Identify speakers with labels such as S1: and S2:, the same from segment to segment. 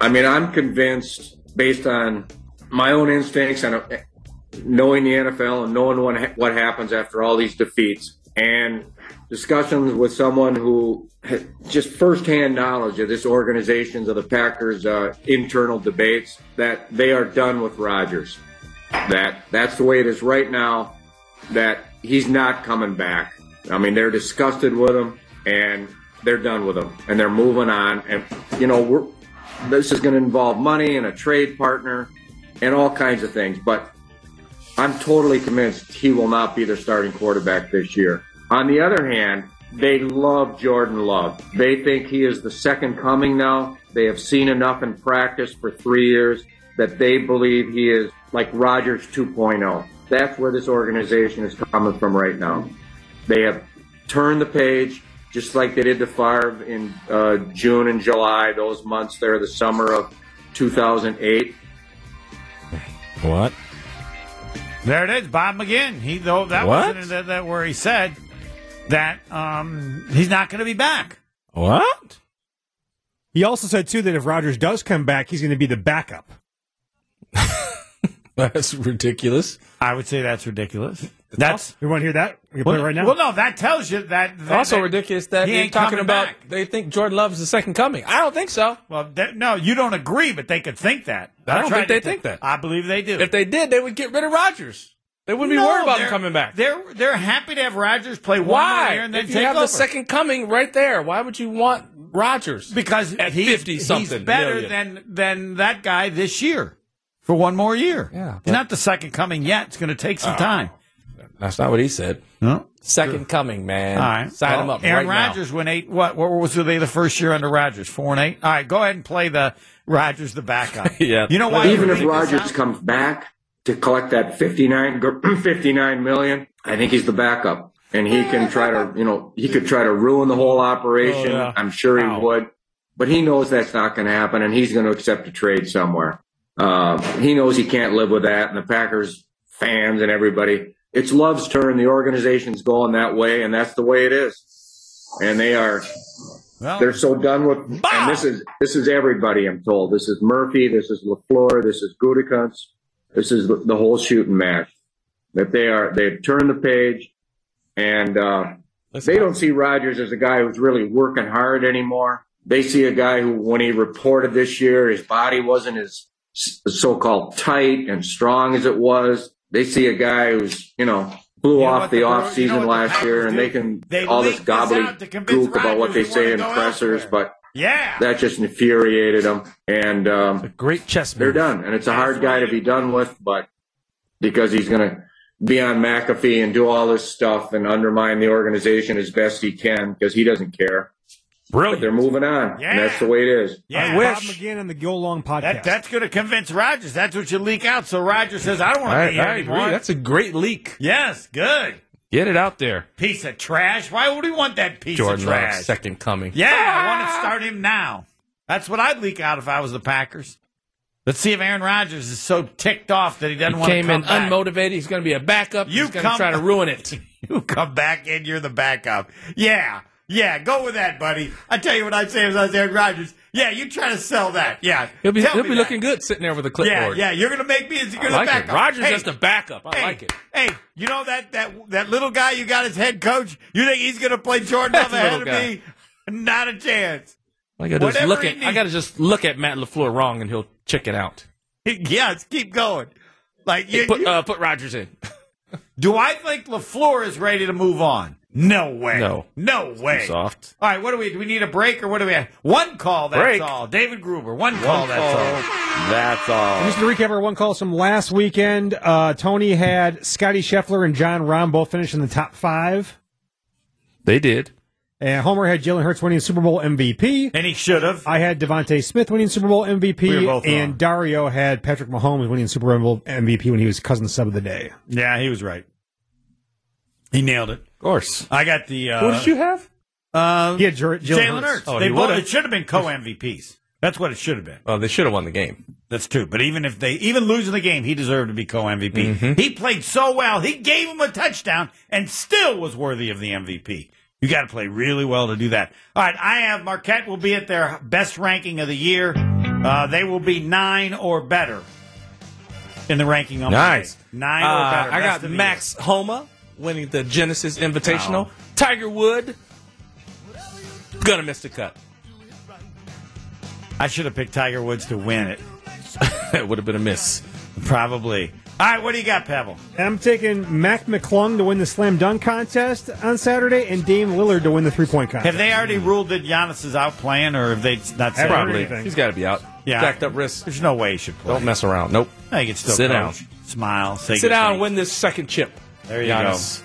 S1: I mean, I'm convinced based on my own instincts and uh, knowing the NFL and knowing what, ha- what happens after all these defeats and discussions with someone who had just firsthand knowledge of this organization's of the Packers uh, internal debates that they are done with Rodgers. That that's the way it is right now. That he's not coming back. I mean, they're disgusted with him and they're done with him and they're moving on. And you know, we're this is going to involve money and a trade partner and all kinds of things. But I'm totally convinced he will not be their starting quarterback this year. On the other hand, they love Jordan Love. They think he is the second coming now. They have seen enough in practice for three years that they believe he is like Rodgers 2.0. That's where this organization is coming from right now. They have turned the page, just like they did to Favre in uh, June and July, those months there, the summer of 2008.
S2: What?
S3: There it is, Bob McGinn. He though that
S2: What?
S3: wasn't that, that where he said that um, he's not going to be back.
S2: What?
S4: He also said too that if Rodgers does come back, he's going to be the backup.
S2: That's ridiculous.
S3: I would say that's ridiculous. That's
S4: We want to hear that? We can play it right now.
S3: Well, no, that tells you that. that
S2: also
S3: that-
S2: ridiculous that
S3: he
S2: they're
S3: ain't
S2: talking
S3: coming
S2: about
S3: back.
S2: they think Jordan Love is the second coming. I don't think so.
S3: Well, that, no, you don't agree, but they could think that.
S2: I don't think
S3: tried
S2: they
S3: to t-
S2: think that.
S3: I believe they do.
S2: If they did, they would get rid of Rodgers. They wouldn't be
S3: No,
S2: worried about him
S3: they're-
S2: coming back.
S3: They're they're happy to have Rodgers play one more year
S2: Why?
S3: and then
S2: If you
S3: take
S2: have
S3: over.
S2: the second coming right there, why would you want Rodgers?
S3: because
S2: at
S3: he's,
S2: 50 something
S3: he's better
S2: million.
S3: than than that guy this year for one more year.
S2: Yeah, Oh.
S3: he's
S2: but-
S3: not the second coming yet. It's going to take some time.
S2: That's not what he said.
S3: No.
S2: Second coming, man.
S3: All right,
S2: Sign
S3: Well,
S2: him up
S3: Aaron
S2: right
S3: Rodgers went eight. What? What was they the first year under Rodgers? Four and eight. All right, go ahead and play the Rodgers the backup.
S2: Yeah.
S3: you know why?
S1: Even
S3: you
S1: if
S3: think this
S1: Rodgers
S3: out?
S1: comes back to collect that 59, gr- 59 million, I think he's the backup. And he can try to, you know, he could try to ruin the whole operation.
S2: Oh, yeah.
S1: I'm sure he
S2: Ow.
S1: would. But he knows that's not going to happen, and he's going to accept a trade somewhere. Uh, he knows he can't live with that, and the Packers fans and everybody. It's Love's turn. The organization's going that way, and that's the way it is. And they are
S3: Well,
S1: they're so done with. And this is this is everybody. I'm told. This is Murphy. This is Lafleur. This is Gutekunst. This is the, the whole shooting match. That they are they've turned the page, and uh,
S2: now.
S1: they don't see Rodgers as a guy who's really working hard anymore. They see a guy who, when he reported this year, his body wasn't as s- so-called tight and strong as it was. They see a guy who's you know blew
S3: You know
S1: off
S3: what
S1: the,
S3: the Bro-
S1: off
S3: you know
S1: season
S3: what the
S1: last
S3: Packers
S1: year, and
S3: do?
S1: they can
S3: They
S1: all this
S3: leak this out to convince
S1: gobbledygook about what
S3: Rodgers
S1: they
S3: we
S1: say
S3: wanna
S1: in
S3: go
S1: pressers,
S3: elsewhere.
S1: but
S3: yeah.
S1: that just infuriated them, and um,
S2: Great chess
S1: they're
S2: move.
S1: done. And it's a hard guy to be done with, but because he's going to be on McAfee and do all this stuff and undermine the organization as best he can because he doesn't care. But they're
S2: Brilliant.
S1: moving on. And that's the way it is.
S3: yeah.
S4: I wish. Bob McGinn on the Go Long podcast.
S3: That, that's going to convince Rodgers. That's what you leak out. So Rodgers says, "I don't want to be
S2: I,
S3: here
S2: I agree.
S3: anymore."
S2: That's a great leak.
S3: yes, good
S2: Get it out there.
S3: piece of trash. Why would we want that piece
S2: Jordan
S3: of
S2: Love,
S3: trash?
S2: second coming.
S3: Yeah, I want to start him now. That's what I'd leak out if I was the Packers. Let's see if Aaron Rodgers is so ticked off that he doesn't
S2: He
S3: want
S2: came
S3: to come
S2: in
S3: back.
S2: unmotivated. He's going to be a backup.
S3: You
S2: He's going to
S3: come-
S2: try to ruin it.
S3: You come back in, you're the backup. Yeah, yeah, go with that, buddy. I tell you what I'd say if I was Aaron Rodgers. Yeah, you try to sell that. Yeah,
S2: He'll be,
S3: Tell
S2: he'll
S3: me
S2: be
S3: that.
S2: looking good sitting there with a
S3: Yeah,
S2: clipboard.
S3: yeah, you're gonna make me as you're
S2: I
S3: the
S2: like it.
S3: backup.
S2: Rodgers
S3: Hey,
S2: has the backup. I
S3: hey,
S2: like it.
S3: Hey, you know that that that little guy you got as head coach? You think he's gonna play Jordan Love
S2: That
S3: ahead
S2: little
S3: of me? Not a chance.
S2: I gotta just
S3: Whatever
S2: look
S3: he
S2: at. I
S3: needs.
S2: gotta just look at Matt Lafleur wrong, and he'll check it out.
S3: Yes, keep going. Like you,
S2: Put
S3: you-
S2: uh, put Rodgers in.
S3: do I think Lafleur is ready to move on? No way.
S2: No.
S3: No way. All
S2: Soft.
S3: right, what do we do? We need a break or what do we have? One call, that's
S2: Break.
S3: all. David Gruber, one call, that's all.
S5: That's all.
S4: Just to recap our one calls from last weekend, uh, Tony had Scotty Scheffler and John Rahm both finish in the top five.
S2: They did.
S4: And Homer had Jalen Hurts winning Super Bowl MVP.
S3: And he should have.
S4: I had Devontae Smith winning Super Bowl MVP.
S3: We were both wrong.
S4: and Dario had Patrick Mahomes winning Super Bowl MVP when he was cousin sub of the day.
S3: Yeah, he was right. He nailed it.
S2: Of course.
S3: I got the uh
S2: Who did you have?
S3: uh,
S4: He had Jer- Jalen
S3: Jalen
S4: Hurts.
S3: Hurts.
S2: Oh,
S3: they
S2: he
S3: both,
S2: would've.
S3: it should have been co MVPs. That's what it should have been.
S2: Oh, they should have won the game.
S3: That's true. But even if they even losing the game, he deserved to be co MVP.
S2: Mm-hmm.
S3: He played so well. He gave him a touchdown and still was worthy of the MVP. You got to play really well to do that. All right, I have Marquette will be at their best ranking of the year. Uh, they will be nine or better in the ranking. On
S2: Nice.
S3: Monday. nine
S2: Uh,
S3: or better.
S2: I
S3: Best
S2: got
S3: of the
S2: Max Homa winning the Genesis Invitational. Tiger Wood gonna miss the cut.
S3: year. I should have picked Tiger Woods to win it.
S2: That would have been a miss.
S3: Probably. All right, what do you got, Pebble?
S4: I'm taking Mac McClung to win the slam dunk contest on Saturday and Dame Lillard to win the three point contest.
S3: Have they already ruled that Giannis is out playing, or have they not said
S4: Probably.
S3: anything?
S2: He's got to be out.
S3: Yeah.
S2: Jacked up wrist.
S3: There's no way he should play.
S2: Don't mess around. Nope.
S3: I think it's still
S2: Sit
S3: coach.
S2: down.
S3: Smile. Say
S2: Sit
S3: good
S2: down and
S3: things.
S2: win this second chip.
S3: There you
S2: Giannis.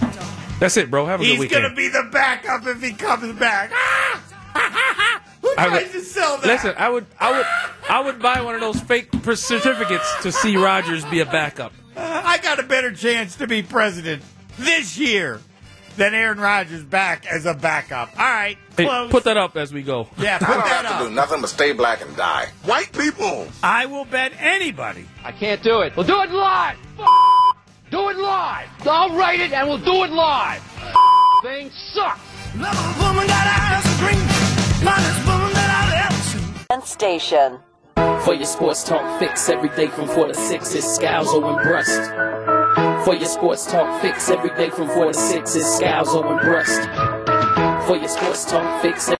S5: That's
S2: That's it, bro. Have a good
S3: He's
S2: weekend.
S3: going to be the backup if he comes back. Ah! Who
S2: I
S3: tries
S2: would-
S3: to sell that?
S2: Listen, I would, I would, I would buy one of those fake per- certificates to see Rogers be a backup.
S3: Uh, I got a better chance to be president this year than Aaron Rodgers back as a backup. All right,
S2: Hey,
S3: close.
S2: put that up as we go.
S3: yeah, put
S6: I don't
S3: that uh,
S6: have to
S3: up.
S6: do nothing but stay black and die. White people.
S3: I will bet anybody.
S7: I can't do it. We'll do it live. F- do it live. I'll write it and we'll do it live. F- thing sucks.
S8: and station.
S9: For your sports talk fix every day from 4 to 6 is Scalzo and Brust. For your sports talk fix every day from 4 to 6 is Scalzo and Brust. For your sports talk fix